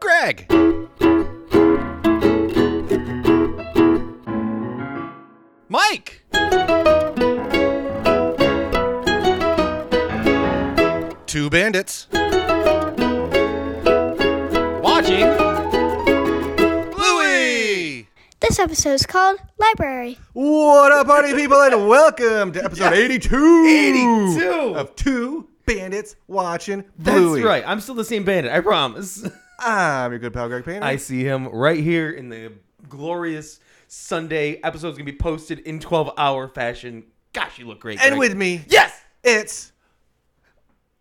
bag. Mike! Two bandits. Watching. Bluey! This episode is called Library. What up, party people, and welcome to episode 82, 82. of Two Bandits Watching That's Bluey. right. I'm still the same bandit. I promise. I'm your good pal, Greg Painter. I see him right here in the glorious Sunday episode's gonna be posted in 12 hour fashion. Gosh, you look great. and Greg. with me, yes. it's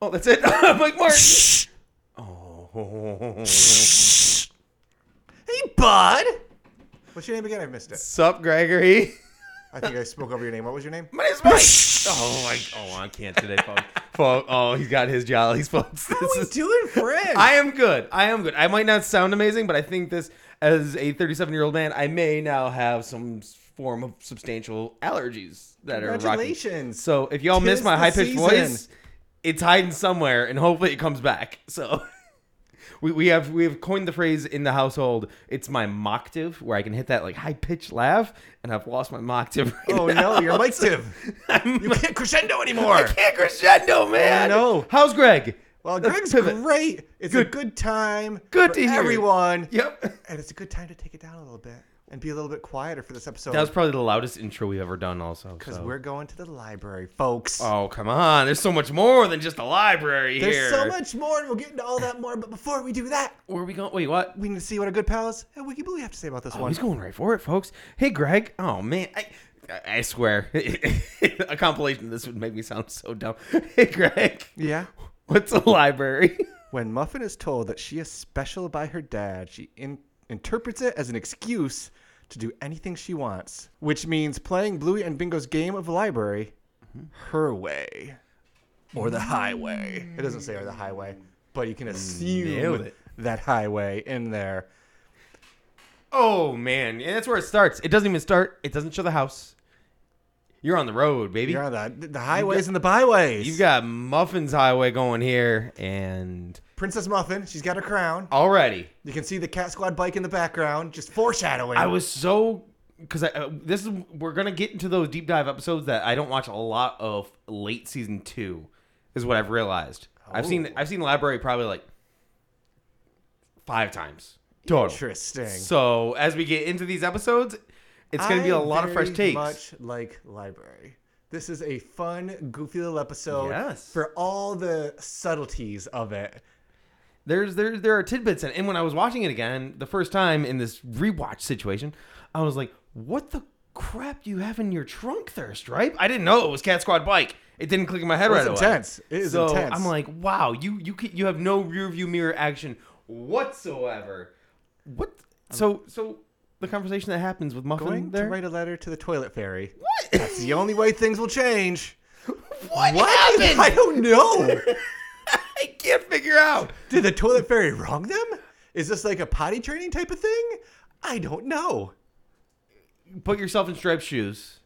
Oh, that's it. Mike Martin. Hey, Bud. What's your name again? I missed it. Sup, Gregory. I think I spoke over your name. What was your name? My name's Mike. oh my. Oh, I can't today, folks. Folks, Oh, he's got his jollies, folks. This is- doing French? I am good. I am good. I might not sound amazing, but I think this, as a 37 year old man, I may now have some s- form of substantial allergies that are rocking. Congratulations. So if y'all Tis miss my the high pitched season. voice, it's hiding somewhere, and hopefully it comes back. So. We, we have we have coined the phrase in the household. It's my mocktive, where I can hit that like high pitched laugh, and I've lost my mocktive. Right Oh now. no, you're Mike Tiv. I'm- You can't crescendo anymore. can't crescendo, man. know. How's Greg? Well, Let's Greg's pivot. great. It's a Good. good time. Good for to hear it. everyone. Yep. And it's a good time to take it down a little bit and be a little bit quieter for this episode. That was probably the loudest intro we've ever done, also. because so. we're going to the library, folks. Oh, come on. There's so much more than just a library There's here. so much more, and we'll get into all that more. But before we do that, Where are we going? Wait, what? we need to see what our good pals at WikiBlue have to say about this one. Oh, he's going right for it, folks. Hey, Greg. Oh, man. I, I swear. a compilation of this would make me sound so dumb. Hey, Greg. Yeah. What's a library? When Muffin is told that she is special by her dad, she in- interprets it as an excuse to do anything she wants, which means playing Bluey and Bingo's game of library her way or the highway. It doesn't say or the highway, but you can Mm, Nailed assume it. that highway in there. Oh, man. And that's where it starts. It doesn't even start, it doesn't show the house. You're on the road, baby. You're on the, the highways and the byways. You've got Muffin's Highway going here, and Princess Muffin, she's got her crown. already You can see the Cat Squad bike in the background, just foreshadowing. I was so because I uh, this is we're gonna get into those deep dive episodes that I don't watch a lot of late season two, is what I've realized. I've seen Oh. I've seen Library probably like five times total. Interesting. So as we get into these episodes, it's gonna be a I lot of fresh very takes. Much like library. This is a fun, goofy little episode Yes. for all the subtleties of it. there's there there are tidbits and, and when I was watching it again the first time in this rewatch situation, I was like, what the crap do you have in your trunk there, Stripe? I didn't know it was Cat Squad Bike. It didn't click in my head Well, right it's away. intense. It is so intense. I'm like, wow, you you can, you have no rear view mirror action whatsoever. Um, What? So so the conversation that happens with Muffin Going there. to write a letter to the toilet fairy. what? It's the only way things will change. what? I happened? don't know. I can't figure out. Did the toilet fairy wrong them? Is this like a potty training type of thing? I don't know. put yourself in striped shoes.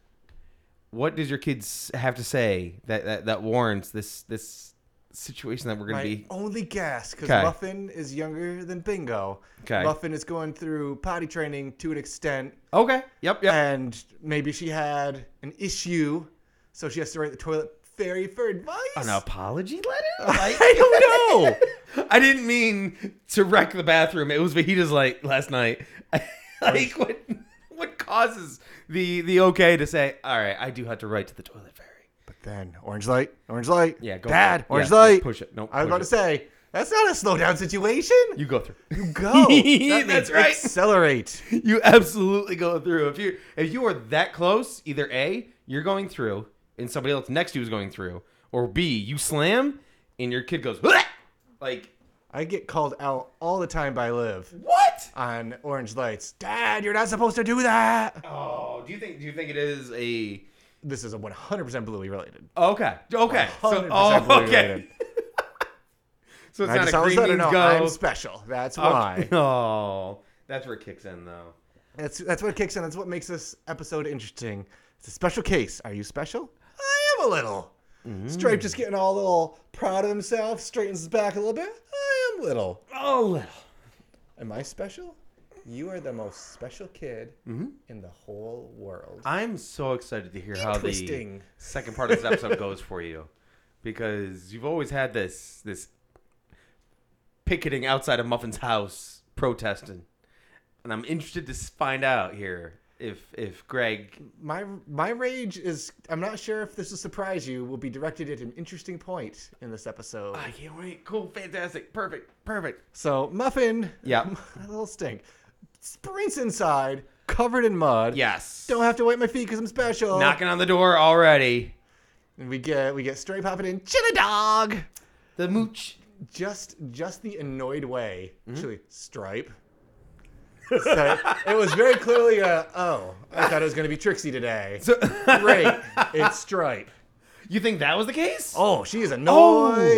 What does your kids have to say that that, that warrants this this situation that we're gonna My be? only guess, because 'Kay. Muffin is younger than Bingo. 'Kay. Muffin is going through potty training to an extent. Okay. Yep. Yep. and maybe she had an issue, so she has to write the toilet fairy for advice. An apology letter? Like- I don't know. I didn't mean to wreck the bathroom. It was Vegeta's like last night. like what? What causes the the okay to say? All right, I do have to write to the toilet fairy. But then orange light, orange light. Yeah, go Dad, for it. orange Yeah, light. push it. No, I push was about it. to say that's not a slow down situation. You go through. go. That's means right. Accelerate. you absolutely go through. If you if you are that close, either A, you're going through, and somebody else next to you is going through, or B, you slam, and your kid goes "Bleh!" like I get called out all the time by Liv what? on orange lights. Dad, you're not supposed to do that. Oh, do you think do you think it is a This is a 100% Bluey related. okay okay so 100% oh, Bluey okay related. so it's I not just a all of a green sudden means know go. I'm special. That's why. Oh, that's where it kicks in though. That's that's what kicks in. That's what makes this episode interesting. It's a special case. Are you special? I am a little. Stripe just getting all little proud of himself, straightens his back a little bit. I am little. Oh, little. Am I special? You are the most special kid Mm-hmm. in the whole world. Uh, I'm so excited to hear how the Interesting. second part of this episode goes for you, because you've always had this this picketing outside of Muffin's house protesting, and I'm interested to s- find out here if if Greg My my rage is I'm not sure if this will surprise you will be directed at an interesting point in this episode. I can't wait. Cool, fantastic, perfect, perfect. So Muffin, Yeah. a little stink, sprints inside covered in mud. Yes. don't have to wipe my feet because I'm special. Knocking on the door already. and we get we get Stray popping in, chilla dog. The mooch. Just just the annoyed way, Mm-hmm. actually Stripe. so it was very clearly a oh I thought it was gonna be Trixie today. So- Great, it's Stripe. you think that was the case? Oh, she is annoyed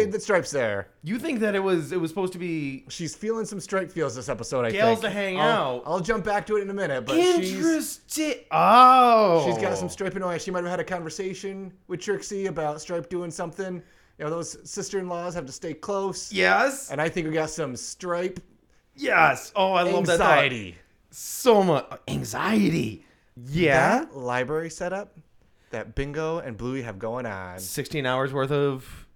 Oh. that Stripe's there. You think that it was it was supposed to be She's feeling some Stripe feels this episode. I Gals think. to hang I'll- out. I'll jump back to it in a minute, but she's interesting? Oh, She's got some stripe annoyance. She might have had a conversation with Trixie about Stripe doing something. You know, those sister in laws have to stay close. Yes, And I think we got some Stripe yes. Oh, I love that thought. anxiety. so much anxiety. Yeah, That library setup that Bingo and Bluey have going on. sixteen hours worth of.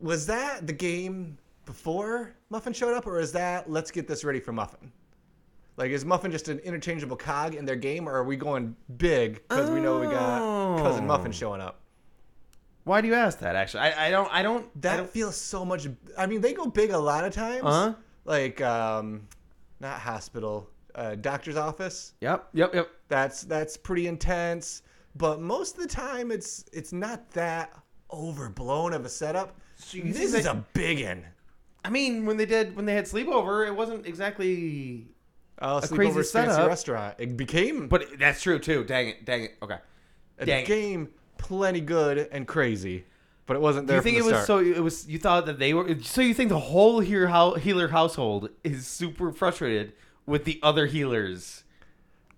Was that the game before Muffin showed up, or is that let's get this ready for Muffin? Like, is Muffin just an interchangeable cog in their game, or are we going big because we know we got Cousin Oh. Muffin showing up? Why do you ask that? Actually, I, I don't. I don't. I That don't- feels so much. I mean, they go big a lot of times. Uh-huh. Like, um, not hospital, uh, doctor's office. Yep. Yep. Yep. That's that's pretty intense. But most of the time, it's it's not that overblown of a setup. you this think is that- a big one. I mean, when they did when they had sleepover, it wasn't exactly. Oh, a crazy crazy fancy setup. restaurant. It became But it- that's true too. Dang it. Dang it. Okay. it dang it. became plenty good and crazy. But it wasn't there. You think it from was the so? start. It was you thought that they were. So you think the whole healer, hou- healer household is super frustrated with the other healers.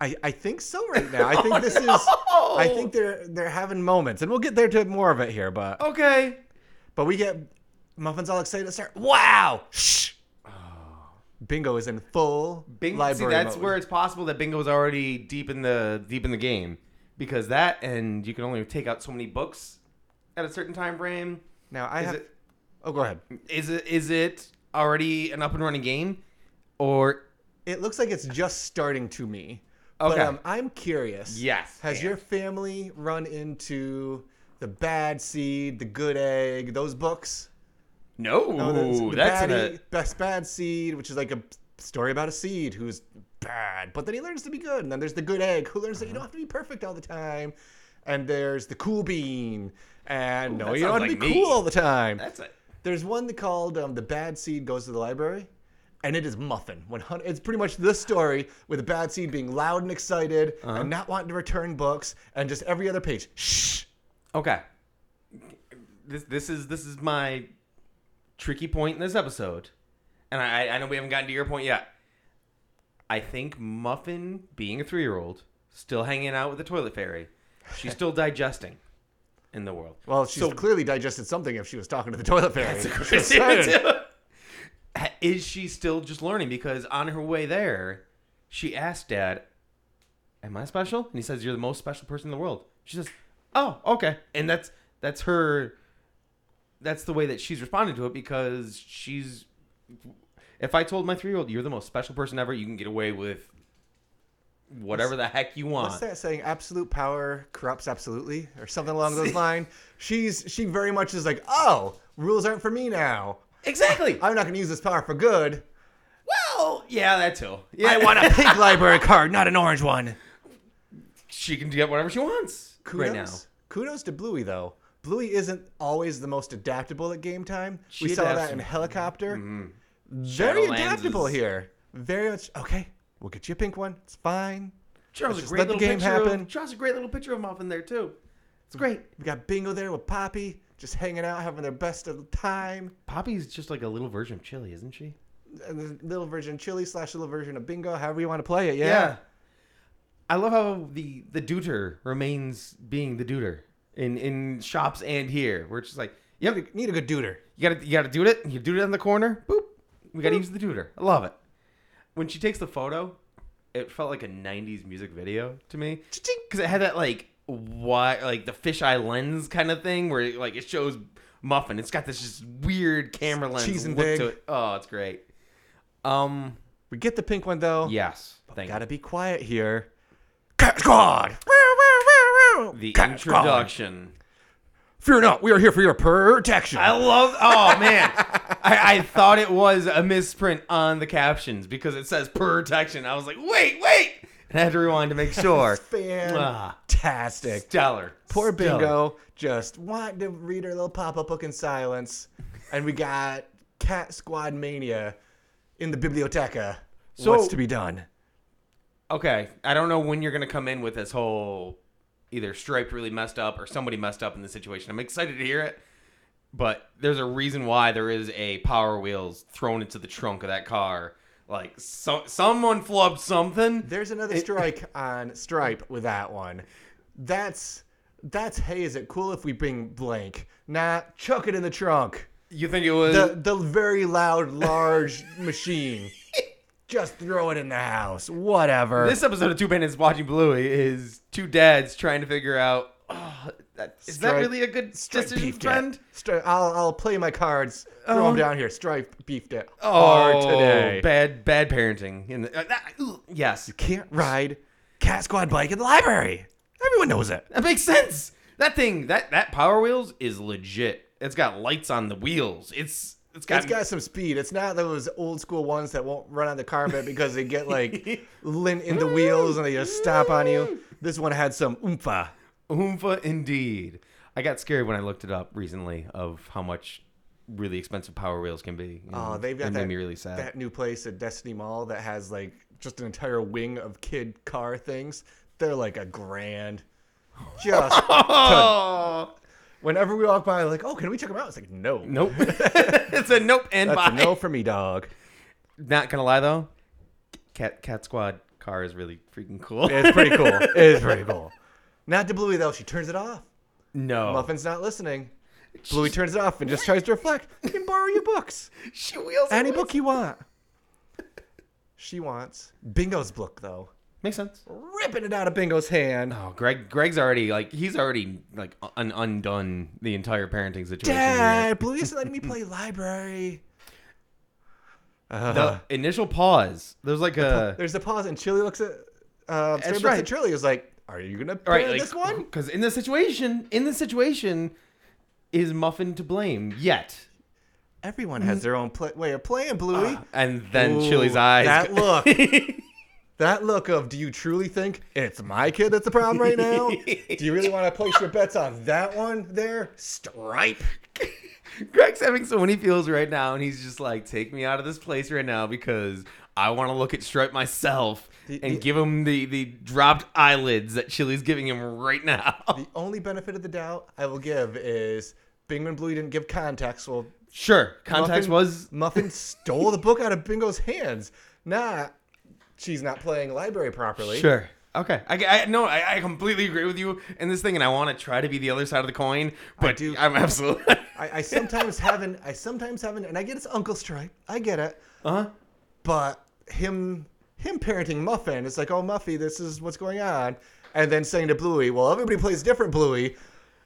I, I think so right now. I think this is. I no! think they're they're having moments, and we'll get there to more of it here. But Okay. But we get Muffin's all excited to start. Wow! Shh! Oh. Bingo is in full Bing, see, library that's mode. where it's possible that Bingo's already deep in the deep in the game because that and you can only take out so many books at a certain time frame. now I is have. it- oh, go ahead. Is it is it already an up and running game, or It looks like it's just starting to me. But Okay. um, I'm curious. Yes, Has and- your family run into the bad seed, the good egg, those books? no? Oh, the- the that's baddie- a, best bad seed, which is like a story about a seed who's bad, but then he learns to be good. And then there's the good egg, who learns that you don't have to be perfect all the time. And there's the cool bean, and no, that you don't have sounds to be like cool me. all the time. that's it. There's one that called um, the bad seed goes to the library, and it is muffin. 100, it's pretty much this story with the bad seed being loud and excited Uh-huh. and not wanting to return books, and just every other page. Shh. Okay. This this is this is my tricky point in this episode, and I I know we haven't gotten to your point yet. I think Muffin, being a three year old, still hanging out with the toilet fairy, she's still digesting in the world. Well, she's So- clearly digested something if she was talking to the toilet fairy. She's excited. is she still just learning? Because on her way there, she asked Dad, "Am I special?" And he says, "You're the most special person in the world." She says, "Oh, okay." And that's that's her. That's the way that she's responding to it because she's. If I told my three-year-old, "You're the most special person ever," you can get away with whatever the heck you want. What's that saying? Absolute power corrupts absolutely, or something along those lines. She's she very much is like, oh, rules aren't for me now. Exactly. I'm not going to use this power for good. well, Oh, yeah, that too. Yeah, I want a pink library card, not an orange one. she can get whatever she wants Kudos, right now. kudos to Bluey though. Bluey isn't always the most adaptable at game time. we She'd saw have that some- in helicopter. Very Mm-hmm. Shadowlands adaptable is- here. Very much okay. We'll get you a pink one. It's fine. Charles Let's a just great let the little game picture happen. Hmm. Of, Charles a great little picture of Muffin there too. It's great. We got Bingo there with Poppy, just hanging out, having their best of the time. Poppy's just like a little version of Chili, isn't she? and the little version of chili slash little version of bingo, however you want to play it. Yeah. Yeah. I love how the the deuter remains being the deuter in in shops and here. We're just like, yep, you Need a good duder. gotta you gotta do it. You do it on the corner. Boop. We gotta use the deuter. I love it. when she takes the photo, it felt like a '90s music video to me because it had that like what like the fisheye lens kind of thing where like it shows Muffin. It's got this just weird camera lens Cheese and look Big. to it. Oh, it's great. Um, We get the pink one though. yes, thank Gotta you. be quiet here. Cat squad. The Cat squad! introduction. Fear not, we are here for your protection. I love. Oh man, I, I thought it was a misprint on the captions because it says protection. I was like, wait, wait, and I had to rewind to make sure. Ah. Fantastic. Stellar. Poor Stellar. Bingo just wanted to read her little pop up book in silence, and we got Cat Squad Mania in the biblioteca. So- What's to be done? Okay, I don't know when you're gonna come in with this whole either striped really messed up or somebody messed up in the situation. I'm excited to hear it, but there's a reason why there is a Power Wheels thrown into the trunk of that car. Like so, someone flubbed something. There's another strike on Stripe with that one. That's that's hey, is it cool if we bring blank? Nah, chuck it in the trunk. You think it was? The the very loud, large machine. Just throw it in the house. Whatever. This episode of Two Bandits Watching Bluey is two dads trying to figure out oh, that, is that Strike- really a good Stripe decision, beef dip. friend? Uh-huh. Stri- I'll, I'll play my cards. Throw them down here. Stripe beefed it Oh, hard today. bad bad parenting. In the, uh, that- ooh, yes, Can't ride Cat Squad bike in the library. Everyone knows it. that makes sense. That thing that that Power Wheels is legit. It's got lights on the wheels. It's it's got, It's got some speed. It's not those old school ones that won't run on the carpet because they get like lint in the wheels and they just stop on you. This one had some oompha. Oompa indeed. I got scared when I looked it up recently of how much really expensive Power Wheels can be. you Oh, know. they've got it that, made me really sad. that new place at Destiny Mall that has like just an entire wing of kid car things. They're like a grand. Just oh whenever we walk by, like, oh, can we check them out? It's like, no, nope. it's a nope and that's bye. a no for me, dog. Not gonna lie though, Cat Cat Squad car is really freaking cool. It's pretty cool. it's pretty cool. Not to Bluey though. She turns it off. no, Muffin's not listening. Bluey turns it off and just tries to reflect. He can borrow your books. she wheels Any it. book you want. She wants Bingo's book though. Makes sense. Ripping it out of Bingo's hand. Oh, Greg, Greg's already like he's already like un- undone the entire parenting situation. here. Dad, Bluey isn't letting me play library. Uh, The initial pause. There's like a There's a pause and Chili looks at uh, Sarah looks right. at Chili is like, "Are you gonna all play right, like this one?" because in the situation, in the situation, is Muffin to blame yet? Everyone has their own play- way of playing, Bluey. And then Ooh, Chili's eyes. That look. that look of do you truly think it's my kid that's the problem right now? do you really want to place your bets on that one there? Stripe. Greg's having so many feels right now, and he's just like, "Take me out of this place right now because I want to look at Stripe myself and give him the the dropped eyelids that Chili's giving him right now." The only benefit of the doubt I will give is Bingman Bluey didn't give context. Well, sure, context Muffin- was Muffin stole the book out of Bingo's hands. Nah, she's not playing library properly. sure. Okay, I, I no, I, I completely agree with you in this thing, and I want to try to be the other side of the coin, but do- I'm absolutely I, I sometimes haven't. I sometimes haven't, and I get it's Uncle Stripe. I get it. Uh Uh-huh. huh. But him, him parenting Muffin, it's like, oh Muffy, this is what's going on, and then saying to Bluey, well, everybody plays different, Bluey.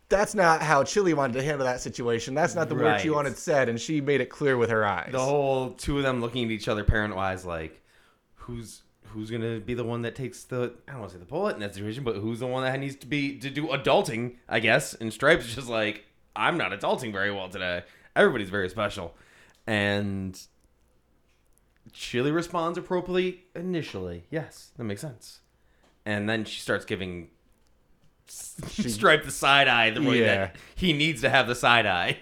That's not how Chili wanted to handle that situation. That's not the word she Right. wanted said, and she made it clear with her eyes. the whole two of them looking at each other parent wise like who's who's gonna be the one that takes the i don't want to say the bullet in that situation but who's the one that needs to be to do adulting i guess and stripes just like i'm not adulting very well today everybody's very special and chili responds appropriately initially yes that makes sense and then she starts giving stripe the side eye the way Yeah. that he needs to have the side eye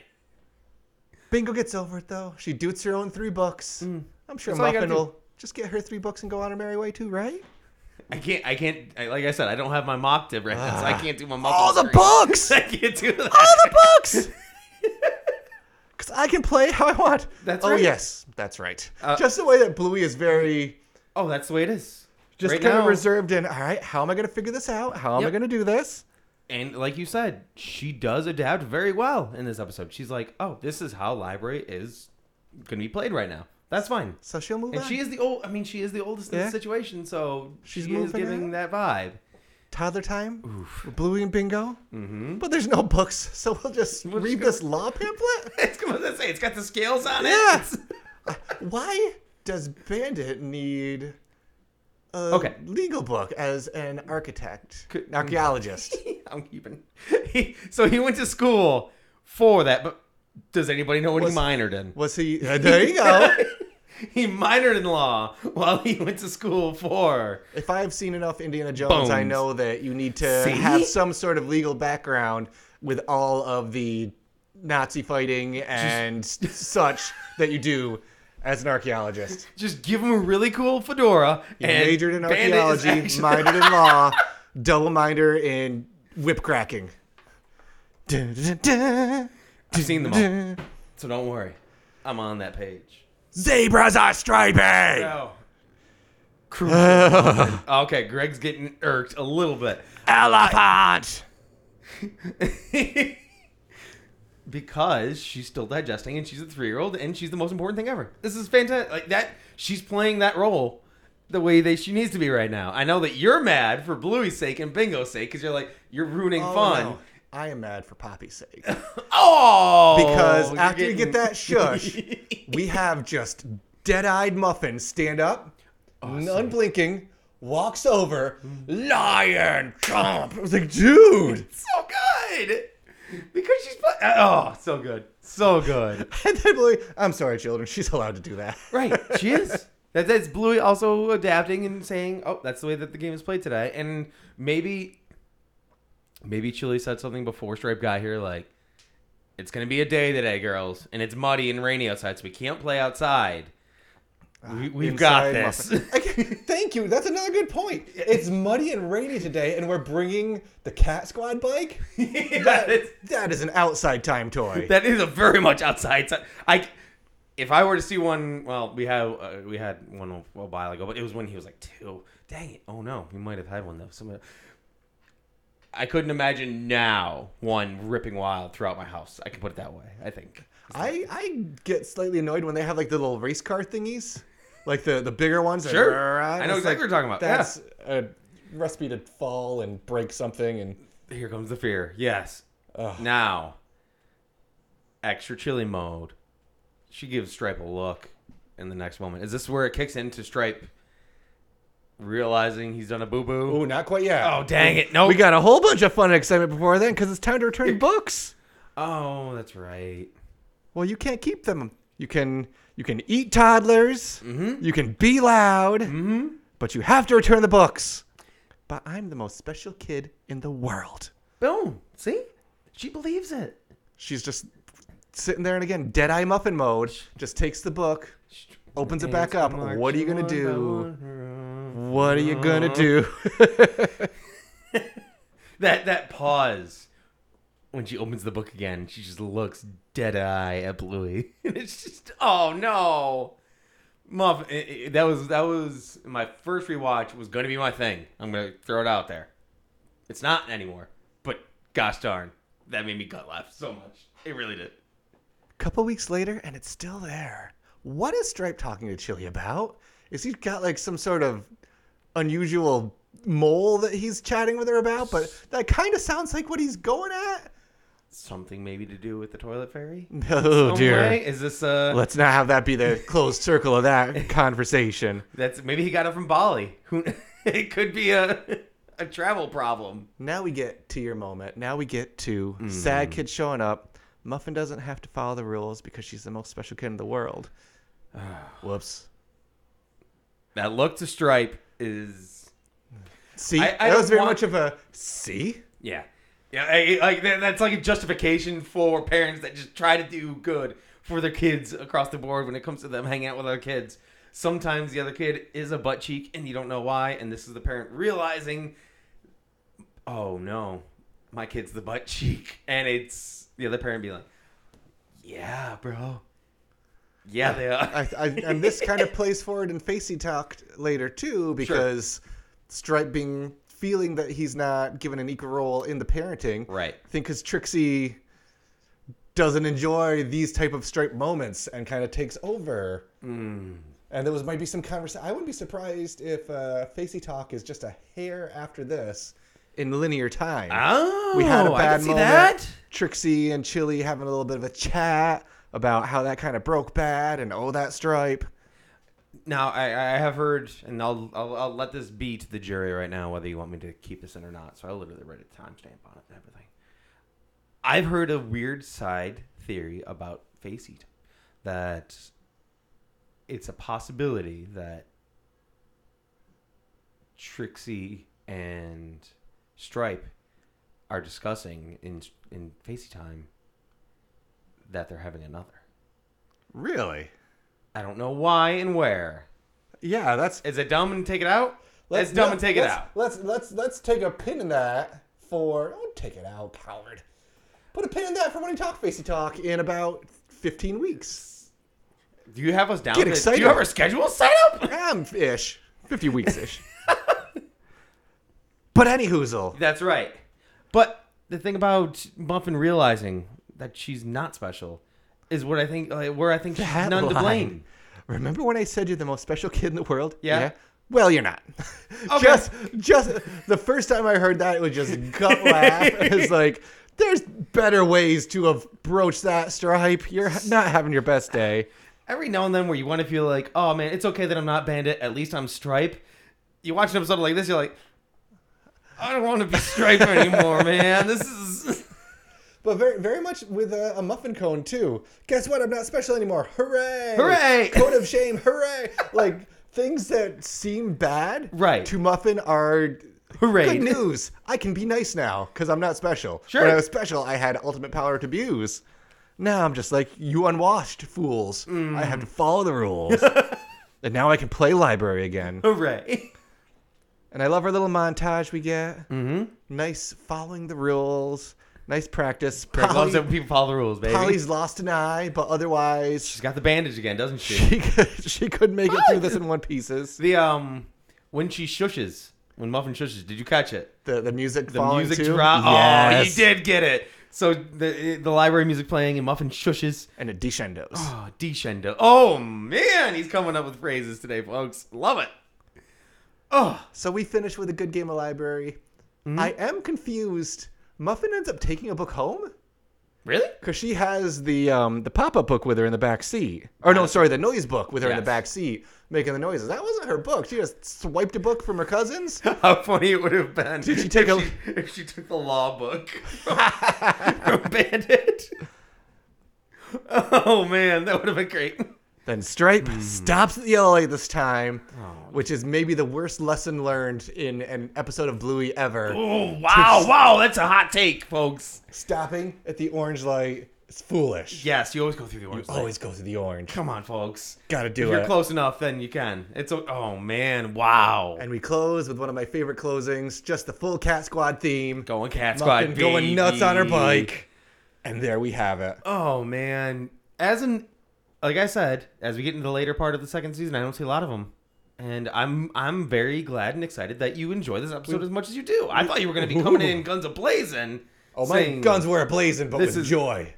Bingo gets over it though. She dutes her own three books. I'm sure Mm. That's all you gotta Muffin do. will just get her three books and go on her merry way too, right? I can't. I can't. I, like I said, I don't have my mock to reference. I can't do my mock. Ah. All to the screen. books. I can't do that. all the books. Because I can play how I want. That's oh, right. Uh, yes, that's right. just the way that Bluey is very oh, that's the way it is. just Right kind now- of reserved in. All right, how am I going to figure this out? How am I Yep. going to do this? And like you said, she does adapt very well in this episode. She's like, "Oh, this is how library is going to be played right now. That's fine. So she'll move And on. she is the old. I mean, she is the oldest in Yeah. the situation, so she's She's she is moving giving that vibe. toddler time, Bluey and Bingo. Mm-hmm. But there's no books, so we'll just We'll just read go- this law pamphlet. It's come on, let's say it's got the scales on it. Yeah. uh, Why does Bandit need a Okay. mm. legal book as an architect, Could- archaeologist? I'm keeping. He, so he went to school for that, but does anybody know what Was- he minored in? Was he? uh, there you go. he minored in law while he went to school for. If I've seen enough Indiana Jones, I Bones. know that you need to See? have some sort of legal background with all of the Nazi fighting and such that you do as an archaeologist. Just give him a really cool fedora. You and majored in Bandit is archaeology, actually- minored in law, double minor in whip cracking. Dun, dun, dun, I've seen them all, dun. so don't worry. I'm on that page. Zebras are striped. No. okay, Greg's getting irked a little bit. Elephant. because she's still digesting and she's a three-year-old and she's the most important thing ever. This is fantastic. Like that, she's playing that role the way that she needs to be right now. I know that you're mad for Bluey's sake and Bingo's sake because you're like you're ruining Oh, fun. no. I am mad for Poppy's sake. Oh, Because you're after we getting- get that shush, we have just dead eyed Muffin stand up, unblinking, walks over, lion chomp. I was like, dude. so good because she's pla- oh so good, so good. And then Bluey, I'm sorry, children. She's allowed to do that. Right, she is. That, that's Bluey also adapting and saying, "Oh, that's the way that the game is played today." And maybe, maybe Chili said something before Stripe got here, like, "It's gonna be a day today, girls, and it's muddy and rainy outside, so we can't play outside. We, we've got Inside this." Muffin. Okay, Thank you. That's another good point. It's muddy and rainy today, and we're bringing the Cat Squad bike. that, is, That is an outside time toy. that is a very much outside. si- I, if I were to see one, well, we have uh, we had one a, a while ago, but it was when he was like two. Dang it! Oh no, we might have had one though. Somebody. I couldn't imagine now one ripping wild throughout my house. I can put it that way. I think. I, I get slightly annoyed when they have like the little race car thingies, like the the bigger ones. that- Sure. I It's know exactly like, what you're talking about. Yeah. That's a recipe to fall and break something. And Here comes the fear. Yes. Now, extra chili mode. She gives Stripe a look in the next moment. Is this where it kicks into Stripe realizing he's done a boo boo? oh, not quite yet. Oh dang it! No, we got a whole bunch of fun and excitement before then because it's time to return books. Oh, that's right. Well, you can't keep them. You can you can eat toddlers. You can be loud. But you have to return the books. But I'm the most special kid in the world. Boom. See, she believes it. She's just sitting there and again, dead eye muffin mode. Just takes the book, opens it back up. What are you gonna do? What are you gonna do? That that pause when she opens the book again, she just looks dead eye at Bluey. it's just oh no, Muff. i i that was that was my first rewatch was gonna be my thing. I'm gonna throw it out there. It's not anymore, but gosh darn, that made me gut laugh so much. It really did. Couple weeks later, and it's still there. What is Stripe talking to Chili about? Is he got like some sort of unusual mole that he's chatting with her about? But that kind of sounds like what he's going at. Something maybe to do with the toilet fairy. Oh Some dear. way? Is this uh? Let's not have that be the closed circle of that conversation. That's maybe he got it from Bali. Who? It could be a a travel problem. Now we get to your moment. Now we get to sad kid showing up. Muffin doesn't have to follow the rules because she's the most special kid in the world. Whoops. That look to Stripe is See, I- I that was don't very want- much of a see. yeah, yeah. I, I- like that, that's like a justification for parents that just try to do good for their kids across the board when it comes to them hanging out with other kids. Sometimes the other kid is a butt cheek and you don't know why, and this is the parent realizing, oh no, my kid's the butt cheek, and it's the other parent being like, yeah, bro, yeah, they are. I, I, and this kind of plays forward in Facey talk later too, because Stripe being feeling that he's not given an equal role in the parenting. Right. I think because Trixie doesn't enjoy these type of stripe moments and kind of takes over. And there was might be some conversation. I wouldn't be surprised if uh, Facey Talk is just a hair after this in linear time. Oh, we had a bad I can see moment. that. Trixie and Chili having a little bit of a chat about how that kind of broke bad and oh that stripe. Now I, I have heard, and I'll, I'll I'll let this be to the jury right now whether you want me to keep this in or not. So I literally wrote a timestamp on it and everything. I've heard a weird side theory about face eat that it's a possibility that Trixie and Stripe are discussing in in Facey time that they're having another. Really? I don't know why and where. Yeah, that's Is it dumb and take it out? Let's, dumb and take it let's- out. Let's let's let's take a pin in that for don't take it out, coward. Put a pin in that for when you talk facey talk in about fifteen weeks. Do you have us down? Get to- Do excited. you have our schedule set up? Um ish. Fifty weeks ish. but any hoozle. That's right. But the thing about Muffin realizing that she's not special is what I think. Like, where I think she's That none to line. blame. Remember when I said you're the most special kid in the world? Yeah. Well, you're not. Just, just the first time I heard that, it was just gut laugh. It's like, there's better ways to approach that stripe. You're not having your best day. Every now and then, where you want to feel like, oh man, it's okay that I'm not Bandit. At least I'm Stripe. You watch an episode like this, you're like, I don't want to be Stripe anymore, man. This is. But very, very much with a, a muffin cone too. Guess what? I'm not special anymore. Hooray! Hooray! Code of shame. Hooray! like things that seem bad, Right. To muffin are Hooray. Good news. I can be nice now because I'm not special. Sure. When I was special, I had ultimate power to abuse. Now I'm just like you, unwashed fools. I have to follow the rules. and now I can play library again. Hooray. And I love our little montage we get. Mm-hmm. Nice following the rules. Nice practice. Greg Polly- loves it when people follow the rules, baby. Polly's lost an eye, but otherwise She's got the bandage again, doesn't she? she could, she could make it through this in one pieces. The um, when she shushes, when Muffin shushes, did you catch it? The the music The falling music too. drop. Oh, you Yes. did get it. So the the library music playing and Muffin shushes. And it descendos. Oh, descendo. Oh man, he's coming up with phrases today, folks. Love it. Oh, So we finish with a good game of library. Mm-hmm. I am confused. Muffin ends up taking a book home really? because she has the um, the pop up book with her in the back seat. Or no, sorry, the noise book with her in the Uh, Yes. back seat making the noises. That wasn't her book. She just swiped a book from her cousins. How funny it would have been. Did she take if a- She, if she took the law book from, from Bandit. Oh man, that would have been great. Then Stripe Hmm. stops at the yellow light this time, Oh, which is maybe the worst lesson learned in an episode of Bluey ever. Oh wow, wow, that's a hot take, folks. Stopping at the orange light is foolish. Yes, you always go through the orange. light. Always go to the orange. Come on, folks. Gotta do If it. you're close enough, then you can. It's a, oh man, wow. And we close with one of my favorite closings, just the full Cat Squad theme. Going cat squad, Muffin going nuts on her baby. bike. And there we have it. Oh man, as an like I said, as we get into the later part of the second season, I don't see a lot of them, and I'm I'm very glad and excited that you enjoy this episode as much as you do. I thought you were going to be coming in guns a blazing. Oh, my saying- guns were ablazing, but This with is- joy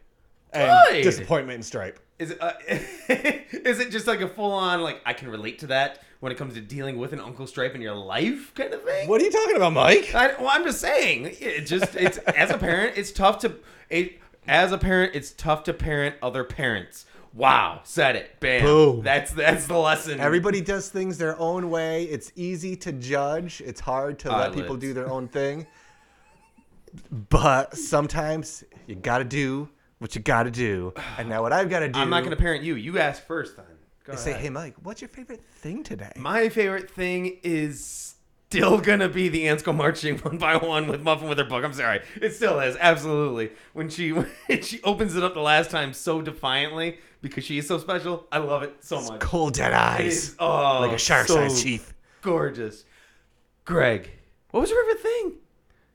and Joy! disappointment and stripe. Is it, uh, is it just like a full on like I can relate to that when it comes to dealing with an Uncle Stripe in your life kind of thing? What are you talking about, Mike? I, well, I'm just saying. It just it's as a parent, it's tough to it, as a parent, it's tough to parent other parents. Wow, said it. Bam. Boom. That's that's the lesson. Everybody does things their own way. It's easy to judge. It's hard to let people Eyelids. do their own thing. But sometimes you gotta do what you gotta do. And now what I've gotta do I'm not gonna parent you. You ask first, then. Go is say, ahead. hey Mike, what's your favorite thing today? My favorite thing is still gonna be the ants go marching one by one with Muffin with her book. I'm sorry, it still is absolutely when she when she opens it up the last time so defiantly because she is so special. I love it so much. Cold dead It eyes. is- oh, like a shark's so eyes teeth. gorgeous. Greg, what was your favorite thing?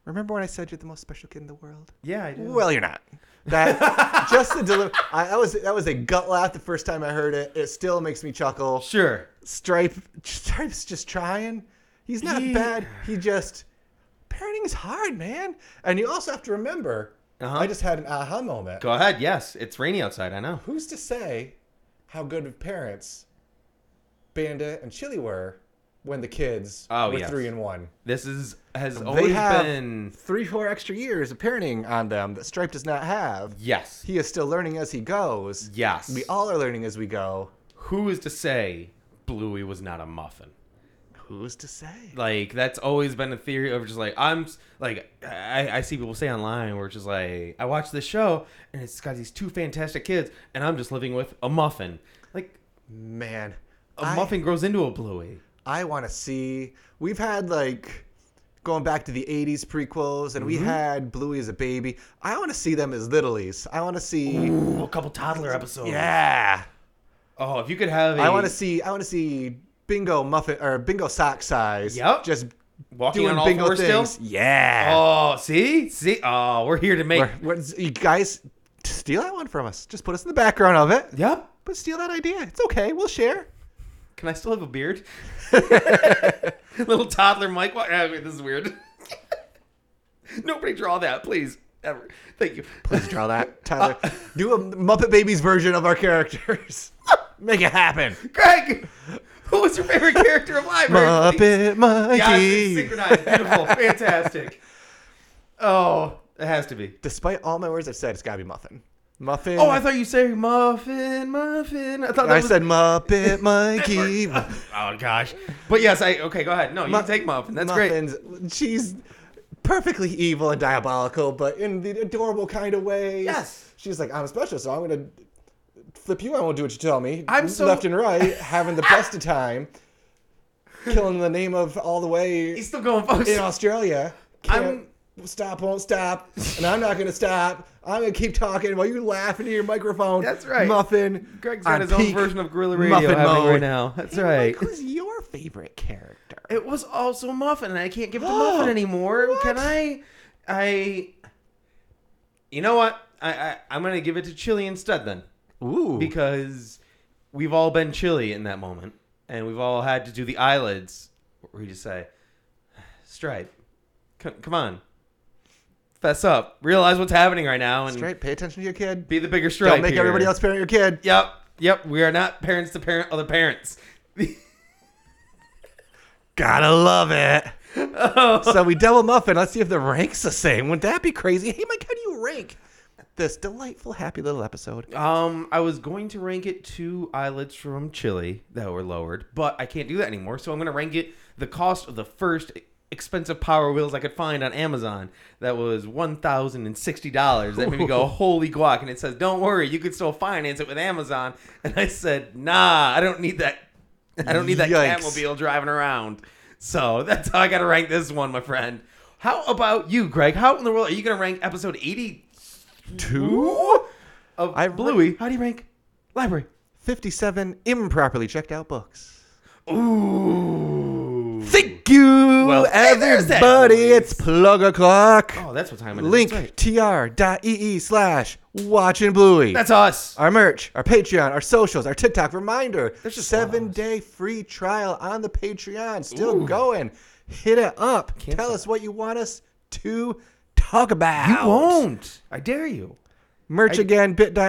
Remember when I said you're the most special kid in the world? Yeah, I did. Well, you're not. That just the deliver. I, that was that was a gut laugh the first time I heard it. It still makes me chuckle. sure. Stripe, Stripe's just trying. He's not He- bad. He just parenting is hard, man. And you also have to remember Uh-huh. I just had an aha moment. Go ahead. Yes, it's rainy outside. I know. Who's to say how good of parents Banda and Chili were when the kids Oh, were yes. three and one? This is has They always have been three, four extra years of parenting on them that Stripe does not have. yes, He is still learning as he goes. yes. We all are learning as we go. Who is to say Bluey was not a muffin? Who's to say? Like that's always been a theory of just like I'm s- like I, I see people say online where it's just like I watch this show and it's got these two fantastic kids and I'm just living with a muffin. Like Man, a I- muffin grows into a Bluey. I want to see. We've had like going back to the 80s prequels and we Mm-hmm. had Bluey as a baby. I want to see them as littlies. I want to see Ooh, a couple toddler episodes. Yeah. Oh, if you could have a I want to see I want to see Bingo muffin or Bingo sock size. Yep. Just walking doing on all Bingo fours still. things. Yeah. Oh, see, see. Oh, we're here to make. We're- we're- you guys steal that one from us. Just put us in the background of it. Yep. But steal that idea. It's okay. We'll share. Can I still have a beard? Little toddler Mike. Wa- ah, wait, this is weird. Nobody draw that, please. Ever. Thank you. Please draw that, Tyler. Uh, Do a Muppet Babies version of our characters. Make it happen. Greg, who was your favorite character of library? please? Muppet Mikey. Yes, it's synchronized. Beautiful. Fantastic. Oh, it has to be. Despite all my words I've said, it's gotta be Muffin. Muffin. Oh, I thought you said muffin, muffin. I thought that I was... said Muppet Mikey. Oh gosh. But yes, I okay. Go ahead. No, you Mu- can take muffin. That's great. Muffins. She's perfectly evil and diabolical, but in the adorable kind of way. Yes. She's like, I'm special, so I'm gonna flip you. I won't do what you tell me. I'm so- left and right, having the best of time, killing the name of all the way He's still going, folks. in Australia. Can't stop, won't stop, and I'm not gonna stop. I'm gonna keep talking while you're laughing to your microphone. That's right. Muffin. Greg's got on his own peak version of Gorilla Radio muffin happening mode. right now. That's Hey, right. Mike, who's your favorite character? It was also Muffin, and I can't give it to Muffin anymore. Can I? I. You know what? I, I I'm gonna give it to Chili instead then, Ooh. because we've all been Chili in that moment, and we've all had to do the eyelids. Where you just say, "Stripe, c- come on, fess up, realize what's happening right now, and Straight, pay attention to your kid. be the bigger Stripe." Don't make here." everybody else parent your kid. Yep, yep. We are not parents to parent other parents. Gotta love it. oh. So we double muffin. Let's see if the rank's the same. Wouldn't that be crazy? Hey, Mike, how do you rank this delightful, happy little episode? Um, I was going to rank it two eyelids from Chile that were lowered, but I can't do that anymore. So I'm going to rank it the cost of the first expensive Power Wheels I could find on Amazon. That was one thousand and sixty dollars. That made me go, "Holy guac!" And it says, "Don't worry, you could still finance it with Amazon." And I said, "Nah, I don't need that. I don't need that Yikes. Catmobile driving around." So that's how I got to rank this one, my friend. How about you, Greg? How in the world are you going to rank episode eighty Two? of I Bluey. how do you rank library? 57 improperly checked out books. Ooh. Thank you, Well, hey, there's that everybody. voice. It's plug o'clock. Oh, that's what time it is. Link That's, right. tr.ee E slash watching Bluey. That's us. our merch, our Patreon, our socials, our TikTok reminder. There's just seven lots. day free trial on the Patreon. Still going. Hit it up. Can't Tell stop. us what you want us to talk about. You won't. I dare you. Merch again, bit.ly,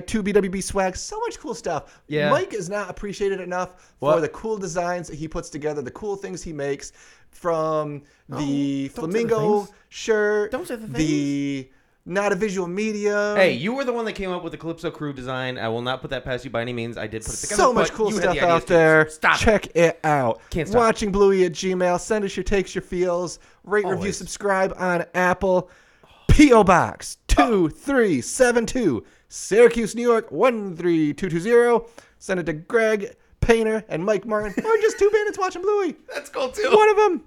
2BWB swag. So much cool stuff. Yeah. Mike is not appreciated enough What? for the cool designs that he puts together, the cool things he makes from the Oh, don't say the flamingo things. shirt, Don't say the the not a visual medium. Hey, you were the one that came up with the Calypso crew design. I will not put that past you by any means. I did put it together. so much but cool you had stuff the ideas out too, so there. Stop. Check it out. Can't stop. Watching Bluey at Gmail. Send us your takes, your feels. Rate, review, Always. subscribe on Apple. P.O. Box 2372, Syracuse, New York 13220. Send it to Greg Painter and Mike Martin. Or just two bandits watching Bluey. That's cool too. One of them.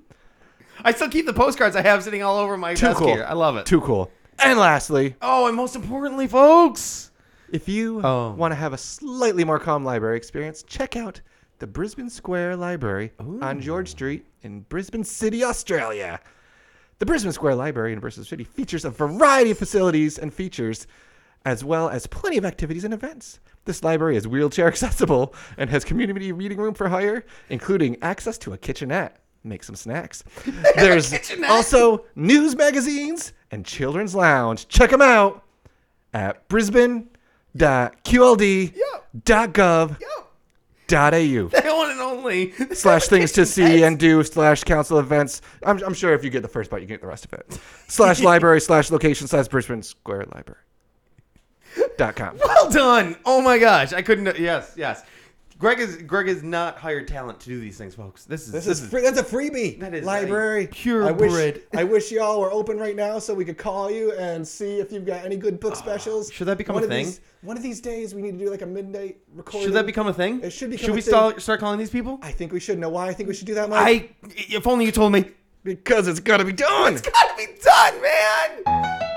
I still keep the postcards I have sitting all over my Too desk cool. here. I love it. Too cool. And lastly, Oh, and most importantly, folks. If you Oh. want to have a slightly more calm library experience, check out the Brisbane Square Library on George Street in Brisbane City, Australia. The Brisbane Square Library in Brisbane City features a variety of facilities and features, as well as plenty of activities and events. This library is wheelchair accessible and has community reading room for hire, including access to a kitchenette. make some snacks. There's also news magazines and children's lounge. Check them out at brisbane.qld.gov.au The one and only. slash things to see and do slash council events. I'm, I'm sure if you get the first part, you get the rest of it. Slash library slash location slash Brisbane Square Library. Dot com. Well done. Oh my gosh, I couldn't. Yes, yes. Greg is Greg is not hired talent to do these things, folks. This is this, This is free, that's a freebie. That is library a pure I wish, bread. I wish y'all were open right now so we could call you and see if you've got any good book specials. Ah, should that become one a of thing? These, one of these days, we need to do like a midnight recording. should that become a thing? It should become Should a we thing. start start calling these people? I think we should know why. I think we should do that, I. Mike. If only you told me. because it's gotta be done. Gotta be done, man.